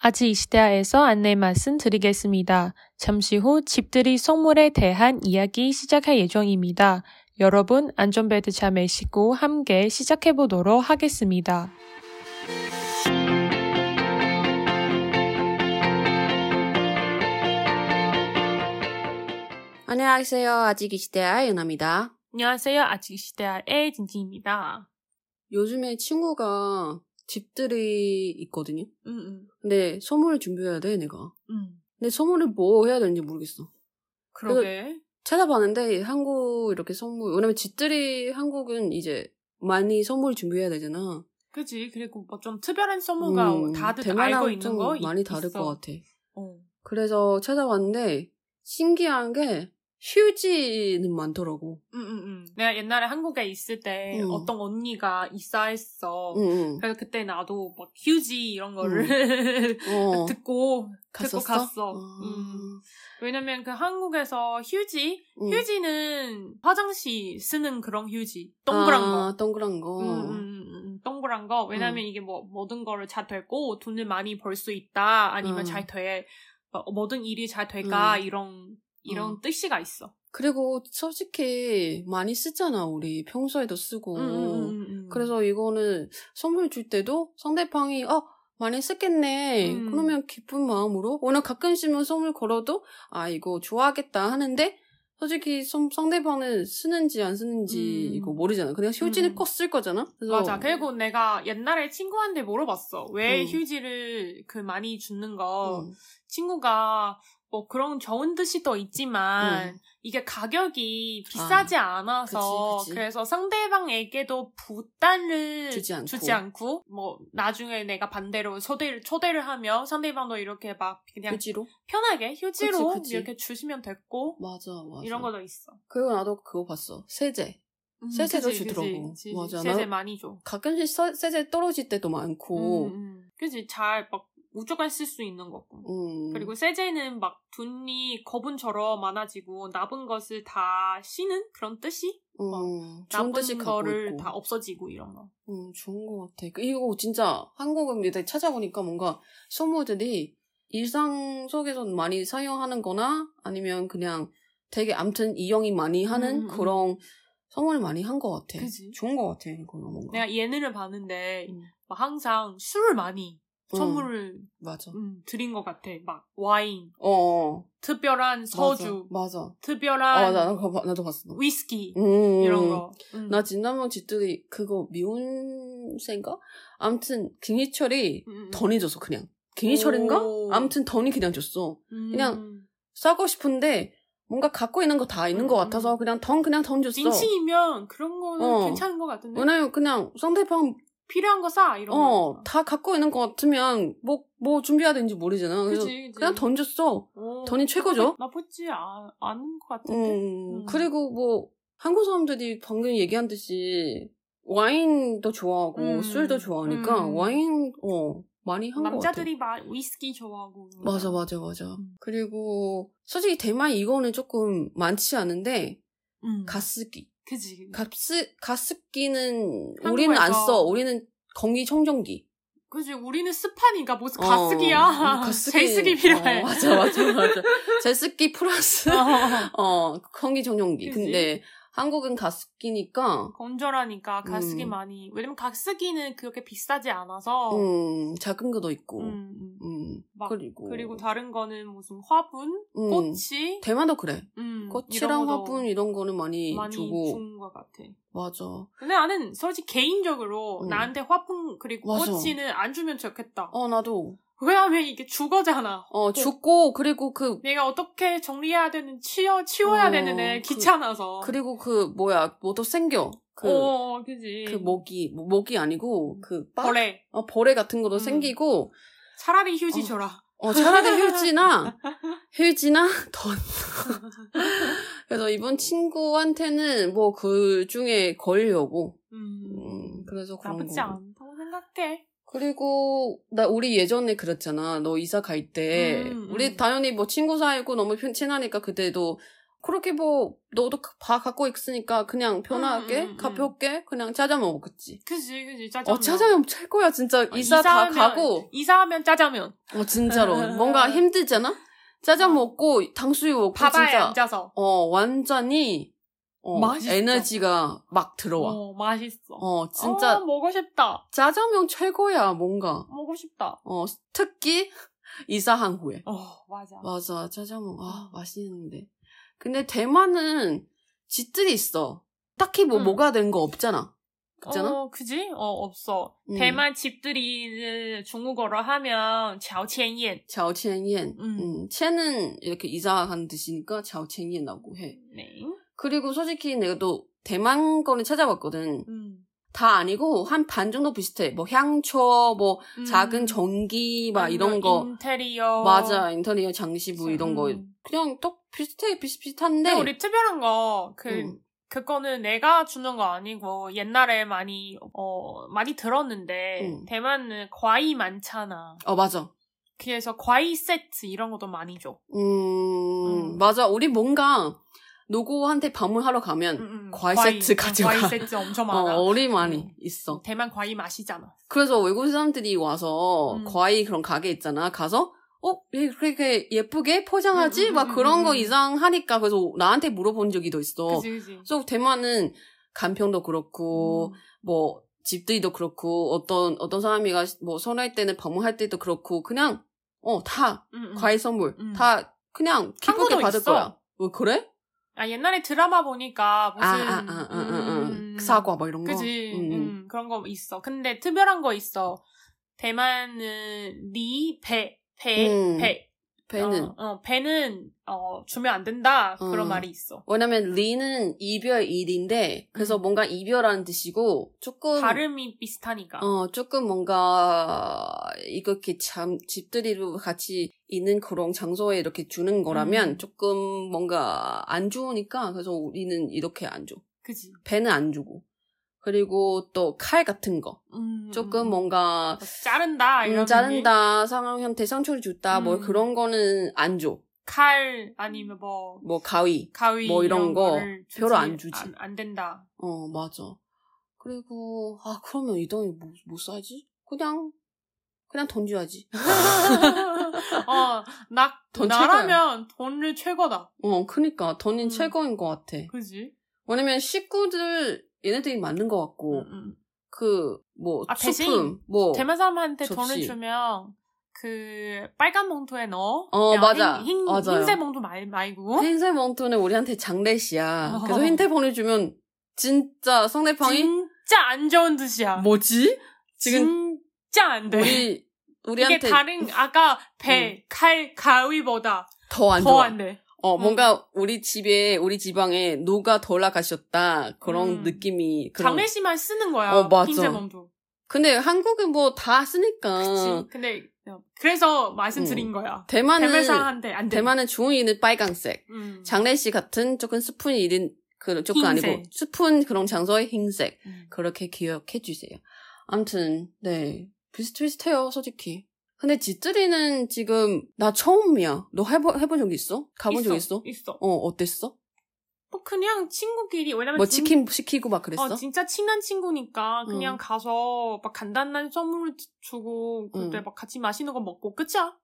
아직 이 시대에서 안내 말씀드리겠습니다. 잠시 후 집들이 선물에 대한 이야기 시작할 예정입니다. 여러분 안전벨트 잘 매시고 함께 시작해 보도록 하겠습니다. 안녕하세요. 아직 이 시대의 유나입니다. 안녕하세요. 아직 이 시대의 진진입니다. 요즘에 친구가 집들이 있거든요. 음, 근데 선물을 준비해야 돼, 내가. 음, 음. 근데 선물을 뭐 해야 되는지 모르겠어. 그러게. 찾아봤는데 한국 이렇게 선물, 왜냐면 집들이 한국은 이제 많이 선물 준비해야 되잖아. 그지 그리고 뭐 좀 특별한 선물가 음, 다들 대만하고 알고 있는 좀 거 있- 많이 다를 있어. 것 같아. 어. 그래서 찾아봤는데 신기한 게 휴지는 많더라고. 음, 음, 음. 내가 옛날에 한국에 있을 때 음. 어떤 언니가 이사했어. 응, 응. 그래서 그때 나도 막 휴지 이런 거를 어. 듣고 듣고 갔었어? 갔어. 어. 음. 왜냐면 그 한국에서 휴지 응. 휴지는 화장실 쓰는 그런 휴지 동그란 거. 아, 동그란 거. 음, 음, 음, 음, 동그란 거. 왜냐면 이게 뭐 모든 거를 잘 되고 돈을 많이 벌 수 있다. 아니면 음. 잘 돼. 어, 모든 일이 잘 될까 음. 이런 이런 음. 뜻이가 있어. 그리고 솔직히 많이 쓰잖아 우리 평소에도 쓰고 음, 음, 음, 음. 그래서 이거는 선물 줄 때도 상대방이 아 많이 쓰겠네 음. 그러면 기쁜 마음으로 오늘 가끔씩은 선물 걸어도 아 이거 좋아하겠다 하는데 솔직히 선- 상대방은 쓰는지 안 쓰는지 음. 이거 모르잖아 그냥 휴지는 음. 꼭 쓸 거잖아 그래서 맞아. 그리고 내가 옛날에 친구한테 물어봤어. 왜 음. 휴지를 그 많이 주는 거. 음, 친구가 뭐 그런 좋은 뜻이 또 있지만 음. 아, 이게 가격이 비싸지 않아서 그치, 그치. 래서 상대방에게도 부담을 주지 않고. 뭐 나중에 내가 반대로 초대를 초대를 하면 상대방도 이렇게 막 그냥 휴지로 편하게 휴지로 그치, 그치. 이렇게 주시면 됐고 맞아 맞아 이런 것도 있어. 그리고 나도 그거 봤어 세제 음, 세제도 그치, 그치, 주더라고. 그치. 맞아, 세제 나- 많이 줘. 가끔씩 서- 세제 떨어질 때도 음, 많고 그지 잘 막 우주간 쓸 수 있는 거고 음. 그리고 세제는 막 돈이 거분처럼 많아지고 남은 것을 다 쉬는 그런 뜻이 음, 좋은 나쁜 뜻이 갖고 거를 있고. 다 없어지고 이런 거 음, 좋은 것 같아. 그- 이거 진짜 한국은 이제 찾아보니까 뭔가 소모들이 일상 속에서 많이 사용하는 거나 아니면 그냥 되게 암튼 이용이 많이 하는 음, 음, 그런 성을 많이 한 것 같아. 그지. 좋은 것 같아, 이거는 뭔가. 내가 예능을 봤는데 음. 막 항상 술을 많이 음, 선물을 맞아. 음, 드린 것 같아 막 와인 어, 어. 특별한 소주 맞아. 맞아. 특별한 어, 나도, 그거 봐- 나도 봤어. 위스키 음, 이런 거 음. 나 지난번 집들이 그거 미운새인가? 암튼 김희철이 음, 음. 던이 줬어, 그냥. 김희철인가? 오. 암튼 던이 그냥 줬어. 음. 그냥 싸고 싶은데 뭔가 갖고 있는 거 다 있는 것 음. 같아서 그냥 던 그냥 던졌어. 진심이면 그런 거는 어. 괜찮은 것 같은데 왜냐면 그냥 상대방 필요한 거 사 이런 거 어다 갖고 있는 것 같으면 뭐 뭐 준비해야 되는지 모르잖아. 그래서 그치, 그치. 그냥 던졌어. 어, 던이 최고죠. 나쁘지 아, 않은 것 같은데. 음, 음. 그리고 뭐 한국 사람들이 방금 얘기한 듯이 와인도 좋아하고 음. 술도 좋아하니까 음. 와인 어 많이 한 것 같아. 남자들이 막 위스키 좋아하고. 맞아, 맞아, 맞아. 음. 그리고 솔직히 대만 이거는 조금 많지 않은데 음. 가습기. 그지. 가스, 가습기는 한국에서- 우리는 안 써. 우리는 공기청정기. 그지. 우리는 스파니까 무슨 어, 가스기야. 어, 제습기 필요해. 어, 맞아, 맞아, 맞아. 제습기 플러스, 어. 어, 공기청정기. 그치? 근데 한국은 가습기니까, 건조라니까 가스기 음. 많이. 왜냐면 가스기는 그렇게 비싸지 않아서. 음, 작은 것도 있고, 어. 음, 음, 음. 막, 그리고, 그리고 다른 거는 무슨 화분, 음, 꽃이, 대만도 그래. 음, 이런 꽃이랑 거도 화분 이런 거는 많이, 많이 주고, 준것 같아. 맞아. 근데 나는 솔직히 개인적으로 음. 나한테 화분 그리고 맞아. 꽃이는 안 주면 좋겠다. 어, 나도. 왜냐면 이게 주거잖아. 어, 죽고, 그리고 그, 내가 어떻게 정리해야 되는 치워 치워야 어, 되는데 그- 귀찮아서. 그리고 그, 뭐야, 뭐도 생겨. 그, 어, 그지. 그 모기, 뭐, 모기 아니고, 그, 빡? 벌레. 어, 벌레 같은 것도 음. 생기고, 차라리 휴지 어. 줘라. 어, 차라리 휴지나, 휴지나 던. 그래서 이번 친구한테는 뭐 그 중에 걸려고. 음. 음, 그래서 그런 나쁘지 거. 않다고 생각해. 그리고, 나, 우리 예전에 그랬잖아. 너 이사 갈 때. 음, 음. 우리 당연히 뭐 친구 사이고 너무 편- 친하니까 그때도 그렇게 뭐 너도 다 갖고 있으니까 그냥 편하게 음, 음, 음. 가볍게 그냥 찾아 먹었지. 그지 그지 짜장면. 어 짜장면 최고야 진짜 어, 이사 다 이사하면- 가고 이사하면 짜장면. 어 진짜로 뭔가 힘들잖아. 짜장 어. 먹고 당수육 먹고 밥에 진짜 앉아서. 어 완전히 어, 맛있어. 에너지가 막 들어와. 어, 어 맛있어. 진짜 어, 먹고 싶다. 짜장면 최고야 뭔가 먹고 싶다. 어 특히 이사한 후에 어 맞아. 맞아 짜장면 아 맛있는데 근데 대만은 집들이 있어 딱히 뭐 음. 뭐가 된 거 없잖아 그잖아 어, 그지? 어, 없어. 음. 대만 집들이를 중국어로 하면 乔迁宴. 자오첸옌첸은 음. 이렇게 이사한 뜻이니까 자오첸옌이라고 해 네. 그리고 솔직히 내가 또 대만 거는 찾아봤거든 음. 다 아니고 한 반 정도 비슷해 뭐 향초 뭐 작은 전기 막 이런 음. 아니면 거 인테리어. 맞아 인터리어 장시부 이런 거 음. 그냥 똑 비슷해 비슷비슷한데 근데 우리 특별한 거, 그, 음. 그거는 내가 주는 거 아니고, 옛날에 많이, 어, 많이 들었는데, 음. 대만은 과일 많잖아. 어 맞아 그래서 과일 세트 이런 것도 많이 줘. 음, 음. 맞아. 우리 뭔가 누구한테 방문하러 가면 음, 음. 과일 세트 가져가. 과일 세트 엄청 어, 많아. 어리 많이 음. 있어. 대만 과일 맛이잖아. 그래서 외국 사람들이 와서 음. 과일 그런 가게 있잖아. 가서 어? 왜 그렇게 예쁘게 포장하지? 음, 음, 막 음, 그런 음, 거 음. 이상하니까 그래서 나한테 물어본 적이 더 있어. 그지, 그지. 그래서 대만은 간편도 그렇고 음. 뭐 집들이도 그렇고 어떤 어떤 사람이가 뭐 선할 때는 방문할 때도 그렇고 그냥 어 다 음, 음. 과일 선물 음. 다 그냥 기쁘게 한국도 받을 있어. 거야. 어, 그래? 아 옛날에 드라마 보니까 무슨 아, 아, 아, 아, 아, 음, 아. 사과 막 이런 거. 그지 음, 음. 음, 그런 거 있어 근데 특별한 거 있어 대만은 리배배배 음, 배는 어, 어, 배는 어 주면 안 된다 그런 어. 말이 있어 왜냐면 리는 이별 일인데 그래서 음. 뭔가 이별하는 뜻이고 조금 발음이 비슷하니까 어 조금 뭔가 이렇게 참 집들이로 같이 있는 그런 장소에 이렇게 주는 거라면 음. 조금 뭔가 안 좋으니까 그래서 우리는 이렇게 안 줘. 그지 배는 안 주고 그리고 또 칼 같은 거 음, 조금 음. 뭔가 자른다 이런 음, 자른다 상황한테 상처를 줬다 뭐 음. 그런 거는 안 줘. 칼 아니면 뭐 뭐 가위. 가위 뭐 이런 거 거를 주지 별로 안 주지. 안, 안 된다 어 맞아. 그리고 아 그러면 이 돈이 뭐, 뭐 사지? 그냥 그냥 돈 줘야지. 어나 돈 나라면 돈을 최고다 어 그니까 돈이 음. 최고인 것 같아. 그지 왜냐면 식구들 얘네들이 맞는 것 같고 음, 음. 그 뭐 아, 대신 소품 뭐 대만 사람한테 접시. 돈을 주면 그 빨간 봉투에 넣어. 어, 그냥 맞아. 흰, 흰, 맞아요. 흰색 봉투 말, 말고. 흰색 봉투는 우리한테 장례시야. 어. 그래서 흰색 보내주면 진짜 상대방이 진짜 안 좋은 뜻이야. 뭐지? 지금 진짜 안 돼. 우리 이게 우리한테 다른 아까 배, 칼, 가위보다 더 안 더 좋아. 안 돼. 어, 음. 뭔가 우리 집에, 우리 지방에 누가 돌아가셨다. 그런 음. 느낌이. 그런- 장례식만 쓰는 거야. 어, 맞아. 흰색 봉투. 근데 한국은 뭐 다 쓰니까. 그치. 근데 그래서 말씀드린 거야. 음. 대만은, 대만 사람한테 안 돼. 대만은 주인은 빨강색. 음. 장례식 같은 조금 스푼이 이른, 그, 조금 아니고. 흰색. 스푼 그런 장소의 흰색. 음. 그렇게 기억해 주세요. 암튼, 네. 비슷비슷해요, 솔직히. 근데 집들이는 지금, 나 처음이야. 너 해보, 해본 적 있어? 가본 적 있어? 있어. 어, 어땠어? 뭐 그냥 친구끼리 왜냐면 뭐 아, 진- 치킨 시키고 막 그랬어? 어, 진짜 친한 친구니까 그냥 음. 가서 막 간단한 선물 주- 주고 그때 음. 막 같이 맛있는 거 먹고 끝이야.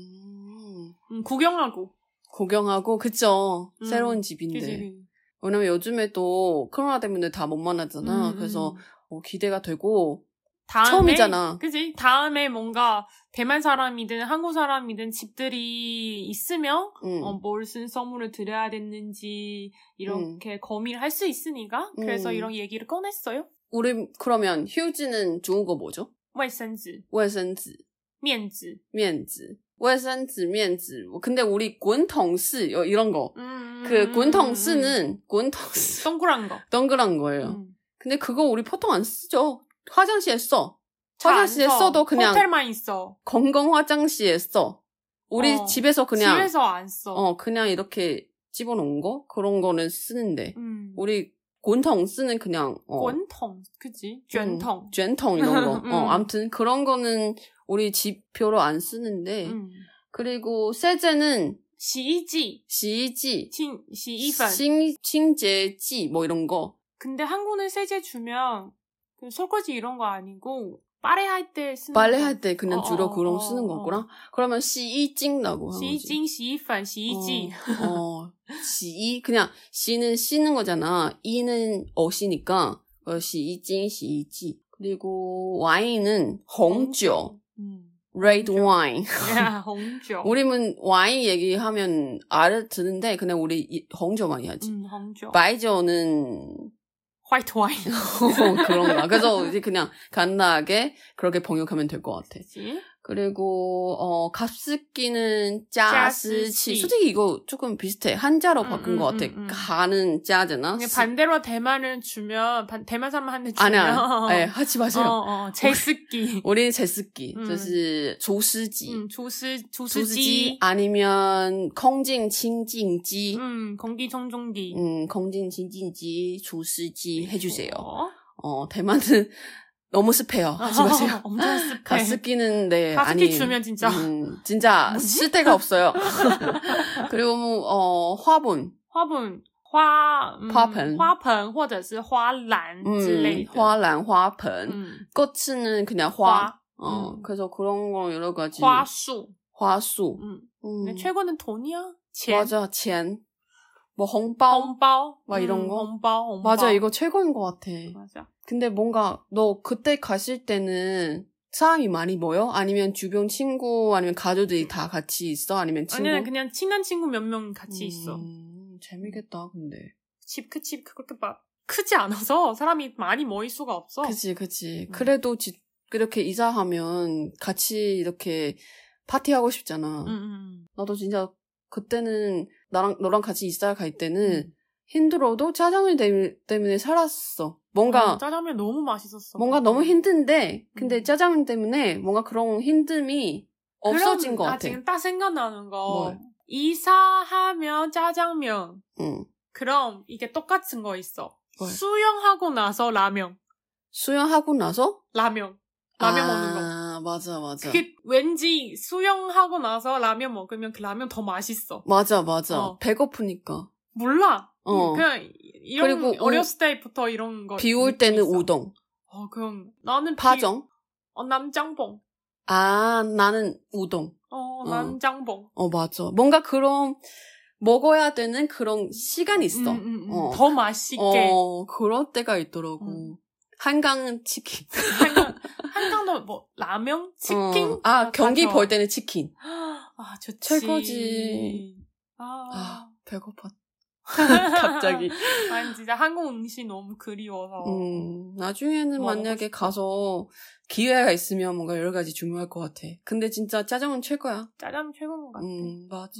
음, 음, 구경하고. 구경하고 그쵸 음, 새로운 집인데 그치. 왜냐면 요즘에 또 코로나 때문에 다 못 만나잖아 음, 그래서 음. 어, 기대가 되고 다음에, 처음이잖아. 그지? 다음에 뭔가 대만 사람이든 한국 사람이든 집들이 있으면 어, 음, 뭘 쓴 선물을 드려야 됐는지 이렇게 고민을 할 수 있으니까 그래서 음. 이런 얘기를 꺼냈어요. 우리 그러면 휴지는 중국어 뭐죠? 卫生纸,卫生纸面子.面子卫生纸面子 뭐 근데 우리 군통스 요- 이런 거 그 음, 음, 음, 음. 군통스는 어. 군통스 동그란 거. 동그란 거예요 음. 근데 그거 우리 보통 안 쓰죠 화장실에 써 잘안 화장실에 써. 써도 그냥 호텔만 있어. 건강 화장실에 써 우리 어, 집에서 그냥 집에서 안 써. 어, 그냥 이렇게 집어놓은 거? 그런 거는 쓰는데. 음. 우리 곤통 쓰는 그냥, 어. 권통, 음. 그지? 쥐통. 쥐통 이런 거. 음. 어, 암튼 그런 거는 우리 집표로 안 쓰는데. 음. 그리고 세제는 洗衣剂, 시지, 진, 洗衣粉. 신, 신제지, 뭐 이런 거. 근데 한국은 세제 주면 그 설거지 이런 거 아니고 빨래할 때 쓰는 빨래할 때 그냥 어, 주로 어, 그런 어, 쓰는 어. 거구나. 그러면 시이찡라고 하는 거지. 洗衣精,洗衣粉,洗衣剂. 어, 어, 시 그냥 시는 씻는 거잖아. 이는 옷이니까 어, 시이찡 시이지. 그리고 와인은 홍주, 음. red 홍주. wine. 야, 홍주. 우리는 와인 얘기하면 알아듣는데 그냥 우리 이- 홍주만 해야지. 음, 홍주. 바이저는 화이트 와인. 네. 그런가. 그래서 이제 그냥 간단하게 그렇게 번역하면 될 것 같아. 그치? 그리고 어 가습기는 짜스치. 짜스치. 솔직히 이거 조금 비슷해. 한자로 바꾼 음, 것 음, 같아. 음, 음. 가는 짜잖아. 근데 스- 반대로 대만을 주면 반, 대만 사람한테 주면 아니야. 예, 하지 마세요. 어, 어, 제습기. 우리는 제습기, 음. 就是조스지 음, 조스 조스 조스지. 지 아니면 공진 친진지, 음, 공기 청정기. 음, 공진 친진지, 조스지 해주세요. 어? 어, 대만은 너무 습해요. 하지 마세요. 엄청 습해. 가습기는 네 네. 가습기 아니 주면 진짜. 음, 진짜 뭐지? 쓸 데가 없어요. 그리고 뭐, 어 화분 花盆, 화, 음, 花盆.花盆,或者是花篮 음, 之类的. 화란 화盆 음, 꽃은 그냥 화. 화, 어 음. 그래서 그런 거 여러 가지 화수. 화수 음. 음, 근데 최고는 돈이야. 钱, 맞아 钱. 뭐 홍bao 红包, 막 음, 이런 거? 红包,红包. 맞아 이거 최고인 것 같아. 맞아. 근데 뭔가 너 그때 갔을 때는 사람이 많이 모여? 아니면 주변 친구 아니면 가족들이 다 같이 있어? 아니면 친구? 아니면 그냥 친한 친구 몇 명 같이 있어. 음, 재미겠다 근데. 집 크집 그렇게 막 크지 않아서 사람이 많이 모일 수가 없어. 그치, 그치. 음. 그래도 지- 그렇게 이사하면 같이 이렇게 파티하고 싶잖아. 음, 음. 나도 진짜 그때는 나랑, 너랑 같이 이사 갈 음. 때는 힘들어도 짜장면 때- 때문에 살았어. 뭔가, 음, 짜장면 너무 맛있었어. 뭔가 너무 힘든데, 근데 음. 짜장면 때문에 뭔가 그런 힘듦이 없어진 그럼, 것 아, 같아. 뭐? 지금 딱 생각나는 거. 뭘? 이사하면 짜장면. 응. 그럼 이게 똑같은 거 있어. 뭘? 수영하고 나서 라면. 수영하고 나서? 라면. 라면 아, 먹는 거. 맞아, 맞아. 그게 왠지 수영하고 나서 라면 먹으면 그 라면 더 맛있어. 맞아, 맞아. 어. 배고프니까. 몰라. 어. 그냥 이런 그리고 어렸을 때부터 이런 거. 비 올 때는 있어. 우동, 어, 그럼 나는 비- 파정. 어, 남장봉. 아, 나는 우동. 어, 어. 남장봉. 어, 맞아. 뭔가 그런, 먹어야 되는 그런 시간이 있어. 음, 음, 음. 어. 더 맛있게. 어, 그럴 때가 있더라고. 음. 한강은 치킨. 한강, 한강도 뭐 라면, 치킨. 어. 아, 다 경기 좋아. 볼 때는 치킨. 아, 좋지. 최고지. 아, 아, 배고팠. 갑자기. 난 진짜 한국 음식 너무 그리워서. 음, 나중에는 먹어보고 만약에 가서 기회가 있으면 뭔가 여러 가지 중요할 것 같아. 근데 진짜 짜장은 최고야. 짜장 최고인 것 같아. 네. 음, 맞아.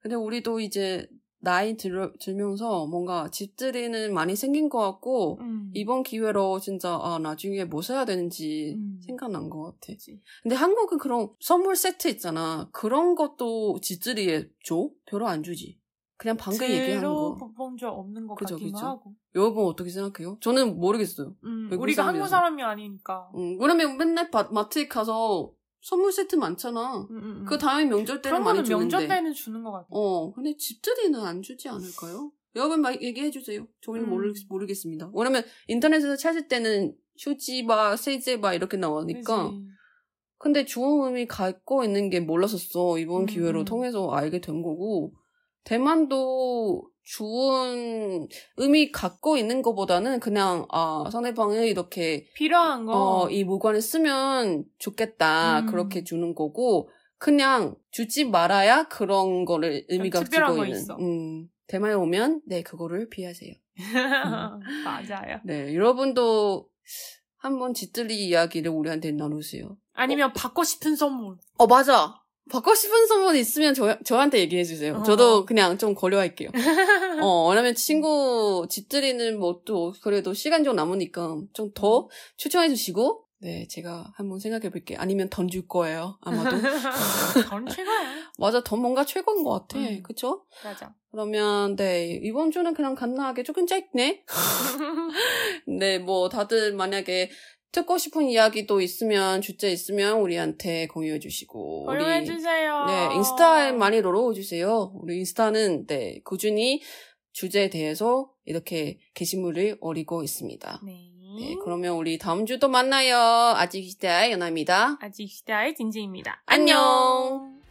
근데 우리도 이제 나이 들, 들면서 뭔가 집들이는 많이 생긴 것 같고, 음. 이번 기회로 진짜 아 나중에 뭐 사야 되는지 음. 생각난 것 같아. 그치. 근데 한국은 그런 선물 세트 있잖아. 그런 것도 집들이에 줘? 별로 안 주지. 그냥 방금 얘기한 거. 들어본 적 없는 것 그죠, 같기도 그죠. 하고. 여러분 어떻게 생각해요? 저는 모르겠어요. 음, 외국 우리가 한국 사람이어서. 사람이 아니니까. 음, 그러면 맨날 바- 마트에 가서 선물 세트 많잖아. 음, 음, 음. 그 다음에 명절 때는 그런 많이 거는 주는데. 명절 때는 주는 것 같아. 어, 근데 집들이는 안 주지 않을까요? 여러분 막 얘기해주세요. 저희는 음. 모르, 모르겠습니다. 왜냐면 인터넷에서 찾을 때는 휴지바, 세제바 이렇게 나오니까 그치. 근데 주호음이 갖고 있는 게 몰랐었어. 이번 음, 기회로 음. 통해서 알게 된 거고. 대만도 주운 음이 갖고 있는 것보다는 그냥, 아, 상대방이 이렇게, 필요한 거. 어, 이 물건을 쓰면 좋겠다. 음. 그렇게 주는 거고, 그냥 주지 말아야 그런 거를 의미가 특별한 지고 거 있는. 있어. 음, 대만에 오면, 네, 그거를 피하세요. 맞아요. 네, 여러분도 한번 짓들리 이야기를 우리한테 나누세요. 아니면 받고 싶은 선물. 어, 맞아. 받고 싶은 선물 있으면 저, 저한테 얘기해주세요. 어. 저도 그냥 좀 고려할게요. 어, 왜냐면 친구 집들이는 뭐 또 그래도 시간 좀 남으니까 좀 음. 더 추천해주시고, 네, 제가 한번 생각해볼게요. 아니면 돈 줄 거예요, 아마도. 그건 최고야. 맞아, 돈 뭔가 최고인 것 같아. 음. 그쵸? 맞아. 그러면, 네, 이번 주는 그냥 간단하게 조금 짧네? 네, 뭐 다들 만약에 듣고 싶은 이야기도 있으면 주제 있으면 우리한테 공유해 주시고 우리 어, 고려해 주세요. 네 인스타에 많이 놀러오 주세요. 우리 인스타는 네 꾸준히 주제에 대해서 이렇게 게시물을 올리고 있습니다. 네 네. 그러면 우리 다음 주도 만나요. 아직 시대 연아입니다. 아직 시대의 진지입니다. 안녕.